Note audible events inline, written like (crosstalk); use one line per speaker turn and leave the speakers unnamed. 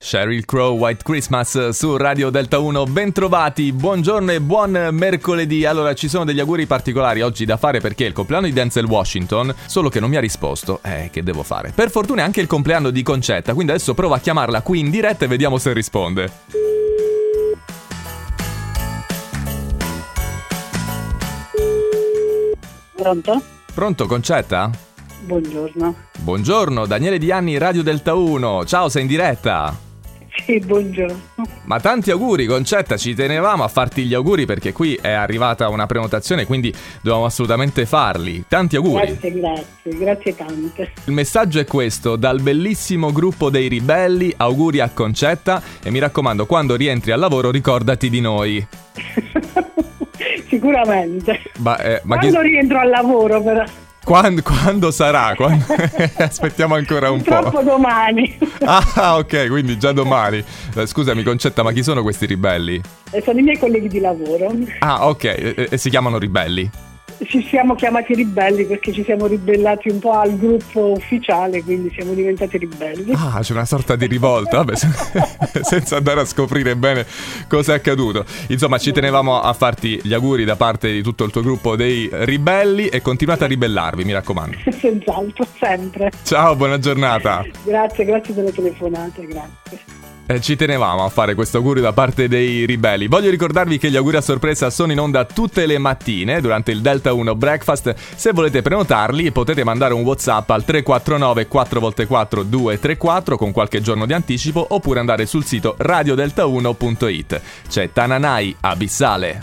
Sheryl Crow White Christmas eh, su Radio Delta 1, bentrovati, buongiorno e buon mercoledì. Allora, ci sono degli auguri particolari oggi da fare perché è il compleanno di Denzel Washington, solo che non mi ha risposto, eh, che devo fare? Per fortuna è anche il compleanno di Concetta, quindi adesso provo a chiamarla qui in diretta e vediamo se risponde.
Pronto?
Pronto Concetta?
Buongiorno.
Buongiorno, Daniele Dianni, Radio Delta 1, ciao, sei in diretta?
Sì, buongiorno.
Ma tanti auguri Concetta, ci tenevamo a farti gli auguri perché qui è arrivata una prenotazione, quindi dovevamo assolutamente farli. Tanti auguri.
Grazie, grazie, grazie tante. (laughs)
Il messaggio è questo, dal bellissimo gruppo dei ribelli, auguri a Concetta e mi raccomando, quando rientri al lavoro ricordati di noi.
Sicuramente.
Ma, eh, ma chi-
Quando rientro al lavoro però.
quan- quando sarà? Quan- (laughs) Aspettiamo ancora un
Purtroppo
po'.
domani.
Ah, ok, quindi già domani. Eh, Scusami Concetta, ma chi sono questi ribelli?
Eh, Sono i miei colleghi di lavoro.
Ah, ok, e- e- e si chiamano ribelli.
Ci siamo chiamati ribelli perché ci siamo ribellati un po' al gruppo ufficiale, quindi siamo diventati ribelli.
Ah, c'è una sorta di rivolta, vabbè, se- (laughs) senza andare a scoprire bene cosa è accaduto. Insomma, ci tenevamo a farti gli auguri da parte di tutto il tuo gruppo dei ribelli e continuate a ribellarvi, mi raccomando.
(laughs) Senz'altro, sempre.
Ciao, buona giornata.
Grazie, grazie delle telefonate, grazie.
Eh, ci tenevamo a fare questo augurio da parte dei ribelli. Voglio ricordarvi che gli auguri a sorpresa sono in onda tutte le mattine durante il Delta 1 Breakfast. Se volete prenotarli potete mandare un WhatsApp al 349 4x4 234 con qualche giorno di anticipo oppure andare sul sito radiodelta1.it. C'è Tananai Abissale.